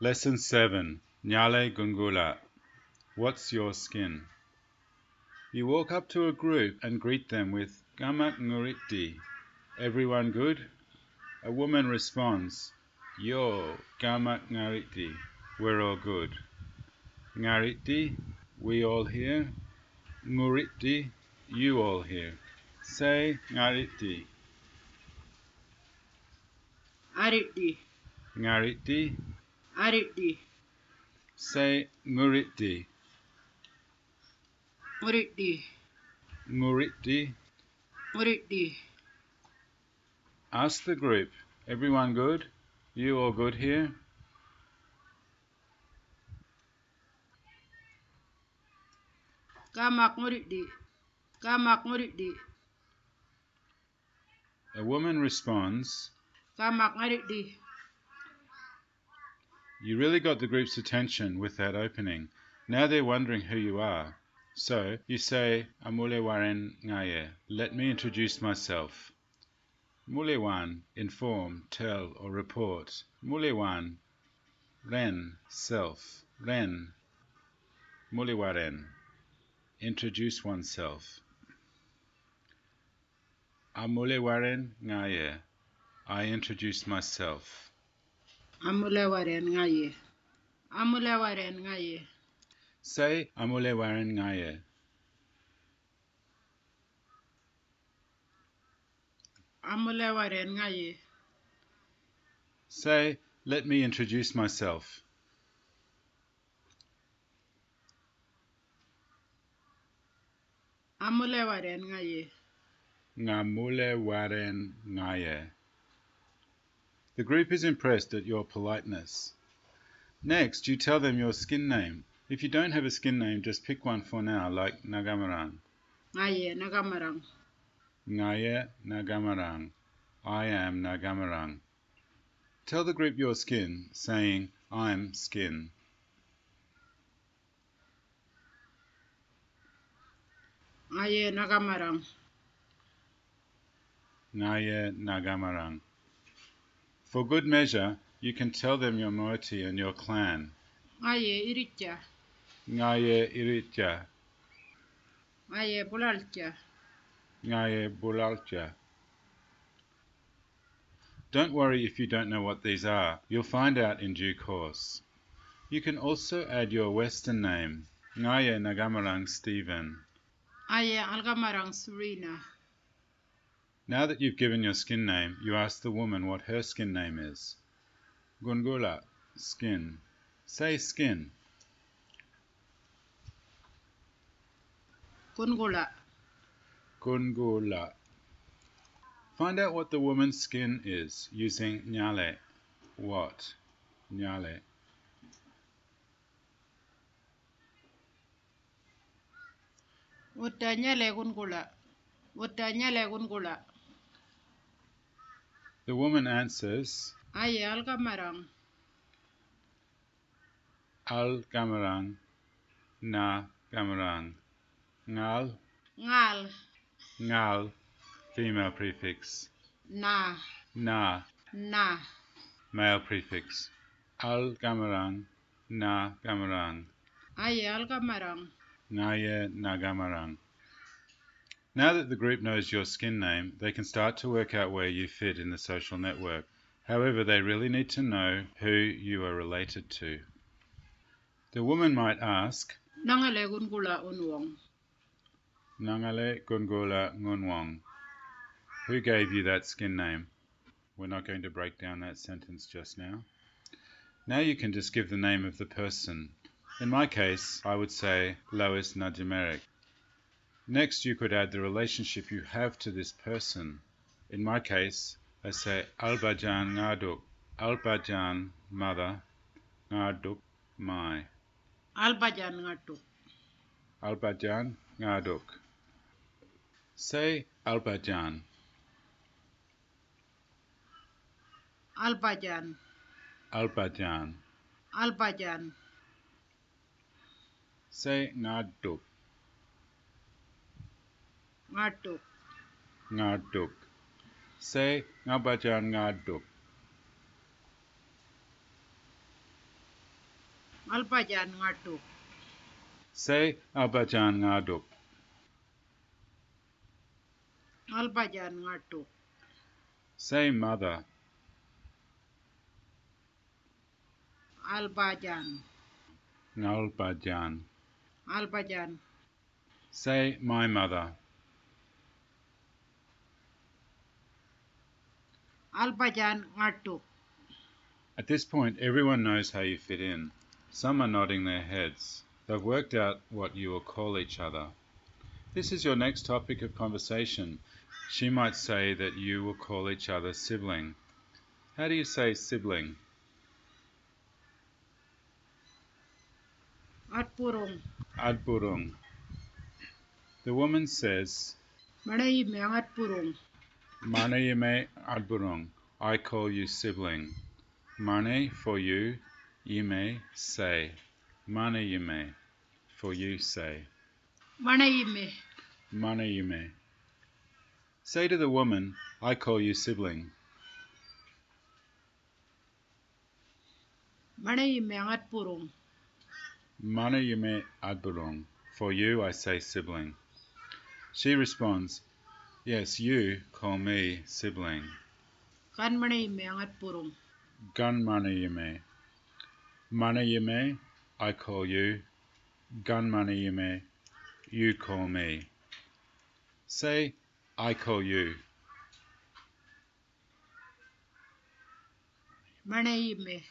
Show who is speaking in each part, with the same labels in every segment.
Speaker 1: Lesson 7 Nyale Gungula What's Your Skin? You walk up to a group and greet them with Gamak Nguriti. Everyone good? A woman responds, Yo, Gamak Ngariti. We're all good. Ngariti, we all here. Nguriti, you all here. Say Ngariti.
Speaker 2: Ariti,
Speaker 1: Ngariti,
Speaker 2: Ariti,
Speaker 1: say Nguriti.
Speaker 2: Muriti,
Speaker 1: Nguriti.
Speaker 2: Muriti,
Speaker 1: Ask the group, everyone good? You all good here?
Speaker 2: Kamak Muriti, Kamak Muriti,
Speaker 1: A woman responds,
Speaker 2: Kamak Ariti,
Speaker 1: You really got the group's attention with that opening. Now they're wondering who you are. So you say, Amulewan Ngaye, let me introduce myself. Mulewan, inform, tell, or report. Mulewan, Ren, self. Ren, Mulewaren, introduce oneself. Amulewaren Ngaye, I introduce myself.
Speaker 2: Amulawaren Ngaye, Amulawaren Ngaye,
Speaker 1: Say Amulewaren Ngaye.
Speaker 2: Amulawaren Ngaye,
Speaker 1: Say, let me introduce myself.
Speaker 2: Amulawaren Ngaye,
Speaker 1: Ngamule Waren Ngaye. The group is impressed at your politeness. Next, you tell them your skin name. If you don't have a skin name, just pick one for now, like Nagamaran.
Speaker 2: Ngaye Nagamarang,
Speaker 1: Ngaye Nagamarang. I am Nagamarang. Tell the group your skin, saying, I'm skin.
Speaker 2: Ngaye Nagamarang,
Speaker 1: Ngaye Nagamarang. For good measure, you can tell them your moiety and your clan.
Speaker 2: Ngaye Iritja,
Speaker 1: Ngaye Iritja,
Speaker 2: Ngaye Pulalja,
Speaker 1: Ngaye Bulalcha. Don't worry if you don't know what these are. You'll find out in due course. You can also add your Western name, Ngaye Nagamarang Stephen.
Speaker 2: Ngaye Algamarang Surina,
Speaker 1: Now that you've given your skin name, you ask the woman what her skin name is. Gungula, skin. Say skin.
Speaker 2: Kungula,
Speaker 1: Gungula. Find out what the woman's skin is using Nyale. What? Nyale.
Speaker 2: Utanyale Kungula, Utanyale Kungula,
Speaker 1: The woman answers,
Speaker 2: Ngaye Algamarang,
Speaker 1: Al Gamarang, Na Gamarang, Ngal,
Speaker 2: Ngal,
Speaker 1: Ngal, female prefix,
Speaker 2: Na,
Speaker 1: Na,
Speaker 2: Na,
Speaker 1: male prefix, Al Gamarang, Na Gamarang,
Speaker 2: Ngaye Algamarang,
Speaker 1: Naye Nagamarang. Now that the group knows your skin name, they can start to work out where you fit in the social network. However, they really need to know who you are related to. The woman might ask,
Speaker 2: Nangale Kungula Unwong.
Speaker 1: Nangale Gungula Ngunwang. Who gave you that skin name? We're not going to break down that sentence just now. Now you can just give the name of the person. In my case, I would say Lois Najimerik. Next, you could add the relationship you have to this person. In my case, I say Albajan Ngaduk. Albajan, mother. Ngaduk, my.
Speaker 2: Albajan Ngatu,
Speaker 1: Albajan Ngaduk. Say Albajan.
Speaker 2: Albajan,
Speaker 1: Albajan.
Speaker 2: Albajan,
Speaker 1: Say Ngaduk.
Speaker 2: Ngatu,
Speaker 1: Ngaduk. Say Ngabajan Ngaduk.
Speaker 2: Albajan ngatu.
Speaker 1: Say Albajan Ngaduk.
Speaker 2: Albajan ngatu.
Speaker 1: Say mother.
Speaker 2: Albajan.
Speaker 1: Nalbajan.
Speaker 2: Albajan.
Speaker 1: Say my mother.
Speaker 2: Albajan ngatu.
Speaker 1: At this point, everyone knows how you fit in. Some are nodding their heads. They've worked out what you will call each other. This is your next topic of conversation. She might say that you will call each other sibling. How do you say sibling?
Speaker 2: Atpurung.
Speaker 1: Adburung. The woman says,
Speaker 2: Madai meang atpurung.
Speaker 1: Manayime Adburung. I call you sibling. Mane for you, yime say. Manayime for you say.
Speaker 2: Madai me.
Speaker 1: Manayime. Say to the woman, I call you sibling.
Speaker 2: Madai meang atpurung.
Speaker 1: Manayume Adburong. For you, I say sibling. She responds, Yes, you call me sibling.
Speaker 2: Kan madai meang atpurung.
Speaker 1: Gun manayume. Manayume, I call you. Gun manayume, you call me. Say, I call you.
Speaker 2: Madai me.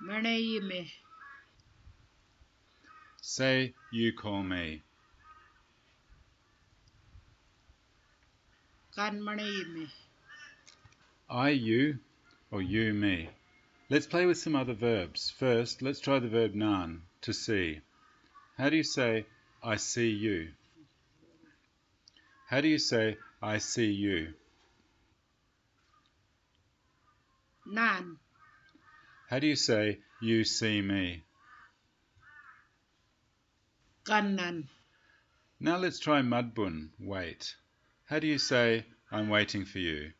Speaker 2: Madai me.
Speaker 1: Say, you call me.
Speaker 2: Kan madai me.
Speaker 1: I you or you me. Let's play with some other verbs. First, let's try the verb nan, to see. How do you say I see you? How do you say I see you?
Speaker 2: Nan.
Speaker 1: How do you say you see me?
Speaker 2: Kan nan.
Speaker 1: Now let's try mudbun, wait. How do you say I'm waiting for you?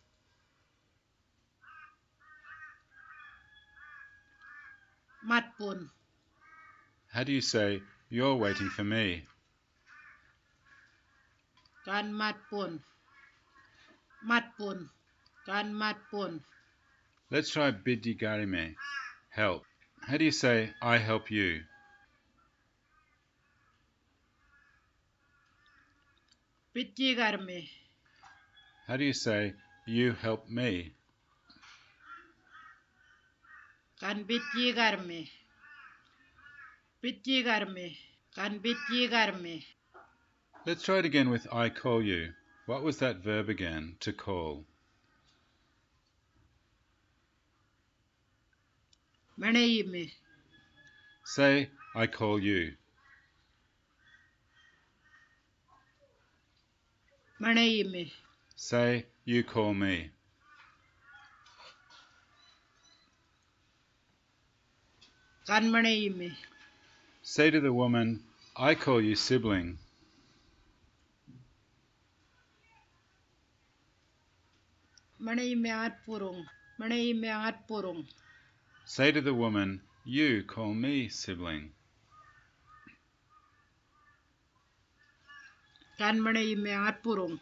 Speaker 2: Matpun.
Speaker 1: How do you say you're waiting for me?
Speaker 2: Kan matpun. Matpun. Kan matpun.
Speaker 1: Let's try bidigarime, help. How do you say I help you?
Speaker 2: Pichi garme.
Speaker 1: How do you say you help me?
Speaker 2: Kan pichi garme. Pichi garme. Kan pichi garme.
Speaker 1: Let's try it again with I call you. What was that verb again? To call.
Speaker 2: Manaime.
Speaker 1: Say, I call you.
Speaker 2: Manaime.
Speaker 1: Say, you call me.
Speaker 2: Kan manaime.
Speaker 1: Say to the woman, I call you sibling.
Speaker 2: Manaime atpurung. Manaime atpurung.
Speaker 1: Say to the woman, you call me sibling.
Speaker 2: Kan manaime atpurung.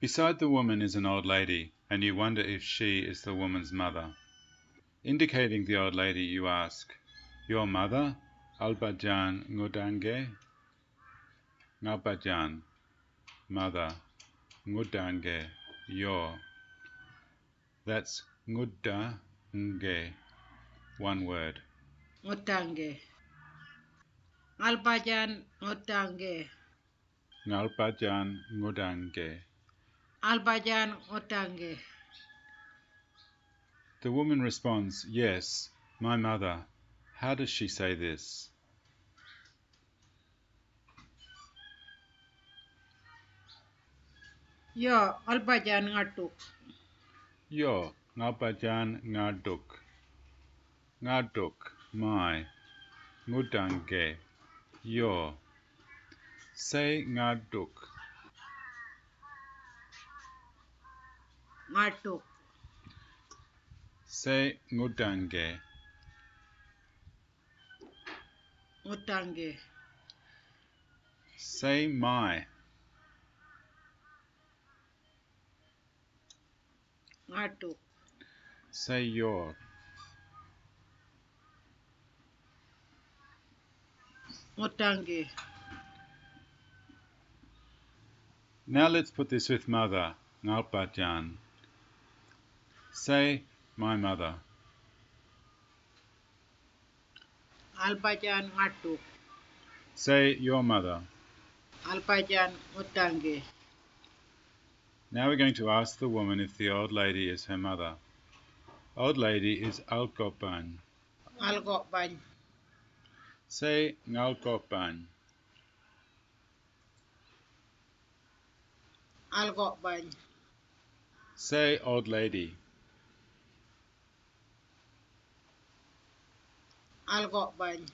Speaker 1: Beside the woman is an old lady, and you wonder if she is the woman's mother. Indicating the old lady, you ask, Your mother? Albajan Ngudange? Ngabajan, mother. Ngudange, your. That's Ngudange, one word.
Speaker 2: Ngotange. Albajan ngotange.
Speaker 1: Ngalbajan Ngudange.
Speaker 2: Albajan ngotange.
Speaker 1: The woman responds, Yes, my mother. How does she say this?
Speaker 2: Yo, albajan ngatuk.
Speaker 1: Yo, ngabajan ngaduk. Ngaduk, my. Ngudange, yo. Say ngaduk.
Speaker 2: Ngatuk.
Speaker 1: Say ngudange.
Speaker 2: Otange.
Speaker 1: Say my.
Speaker 2: Ngatu.
Speaker 1: Say your.
Speaker 2: Otange.
Speaker 1: Now let's put this with mother. Nalpajan. Say my mother.
Speaker 2: Albajan ngatu.
Speaker 1: Say your mother.
Speaker 2: Albajan otange.
Speaker 1: Now we're going to ask the woman if the old lady is her mother. Old lady is Alkopan.
Speaker 2: Algoban.
Speaker 1: Say Ngalkopan.
Speaker 2: Algoban.
Speaker 1: Say old lady.
Speaker 2: Algoban.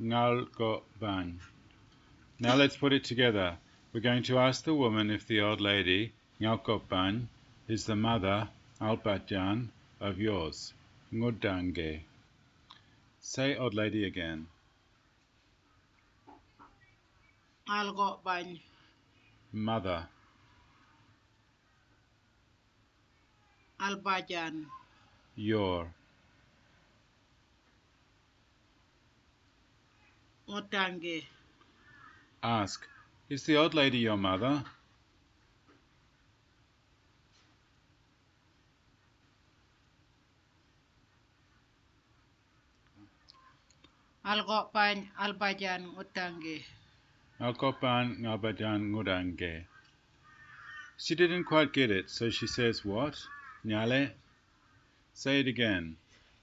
Speaker 1: Ngalkopan. Now let's put it together. We're going to ask the woman if the old lady, Ngalkopan, is the mother, Alpatjan, of yours, Ngudange. Say old lady again.
Speaker 2: Algoban.
Speaker 1: Mother.
Speaker 2: Albajan.
Speaker 1: Your.
Speaker 2: Otange.
Speaker 1: Ask. Is the old lady your mother?
Speaker 2: Algoban. Albajan otange.
Speaker 1: Ngalkopan Ngalbajan Ngudange. She didn't quite get it, so she says, What? Nyale? Say it again.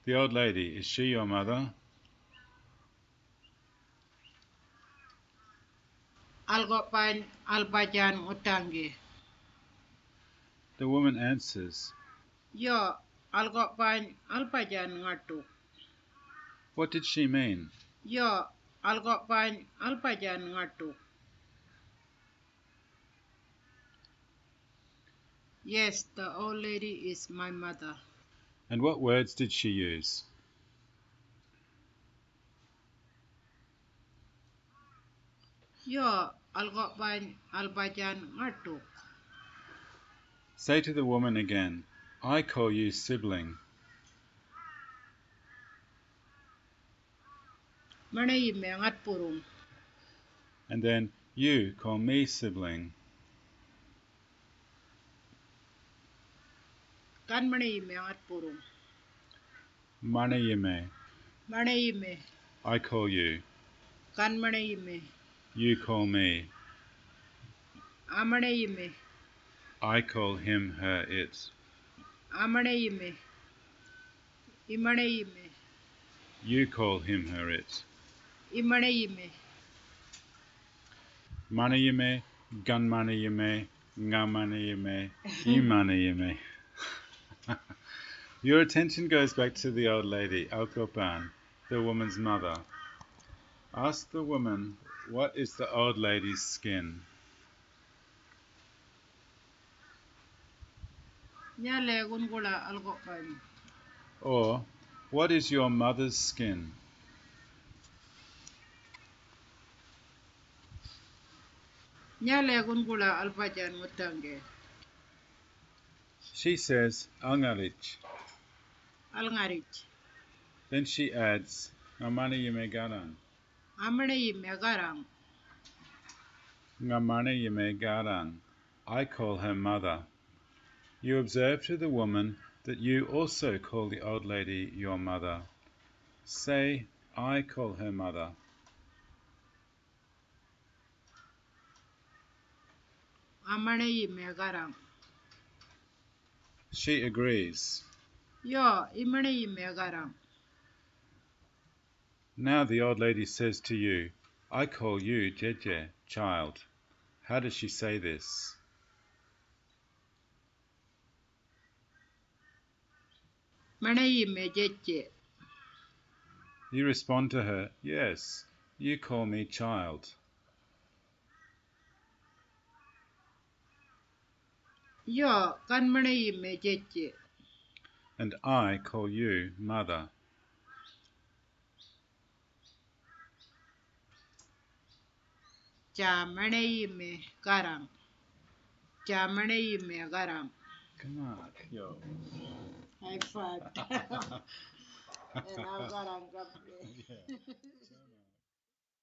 Speaker 1: The old lady, is she your mother?
Speaker 2: Algoban. Albajan otange.
Speaker 1: The woman answers,
Speaker 2: Yo. Algoban. Albajan ngatu.
Speaker 1: What did she mean?
Speaker 2: Yo. Algoban. Albajan ngatu. Yes, the old lady is my mother.
Speaker 1: And what words did she use?
Speaker 2: Yo. Algoban. Albajan ngatu.
Speaker 1: Say to the woman again, I call you sibling.
Speaker 2: Mana ime ngat purung.
Speaker 1: And then, You call me sibling.
Speaker 2: Kan mana ime ngat purung.
Speaker 1: Manayime.
Speaker 2: Mana ime.
Speaker 1: I call you.
Speaker 2: Kan mana ime.
Speaker 1: You call me.
Speaker 2: Amana ime.
Speaker 1: I call him, her, it.
Speaker 2: Amana ime. Imana ime.
Speaker 1: You call him, her, it.
Speaker 2: Imana ime.
Speaker 1: Manayime, Ganmanayime, Ngamanayime, Imanayime. Your attention goes back to the old lady, Alkopan, the woman's mother. Ask the woman, what is the old lady's skin?
Speaker 2: Nyale gungula algopan.
Speaker 1: Or, what is your mother's skin?
Speaker 2: Nyale gungula albajan ngutange.
Speaker 1: She says, Angarich.
Speaker 2: Alngarich.
Speaker 1: Then she adds, Ngamanayime garan.
Speaker 2: Amana ime garang.
Speaker 1: Ngamanayime garan. I call her mother. You observe to the woman that you also call the old lady your mother. Say, I call her mother.
Speaker 2: Amana ime garang.
Speaker 1: She agrees.
Speaker 2: Yo. Imana ime garang.
Speaker 1: Now the old lady says to you, I call you Jeje, child. How does she say this?
Speaker 2: Mana ime jeche.
Speaker 1: You respond to her, Yes, you call me child.
Speaker 2: Yo. Kan mana ime jeche.
Speaker 1: And I call you mother.
Speaker 2: Chamanayime garang. Chamanayime garang.
Speaker 1: Come on.
Speaker 3: Yo.
Speaker 2: High five. and I'm garang.
Speaker 3: Yeah.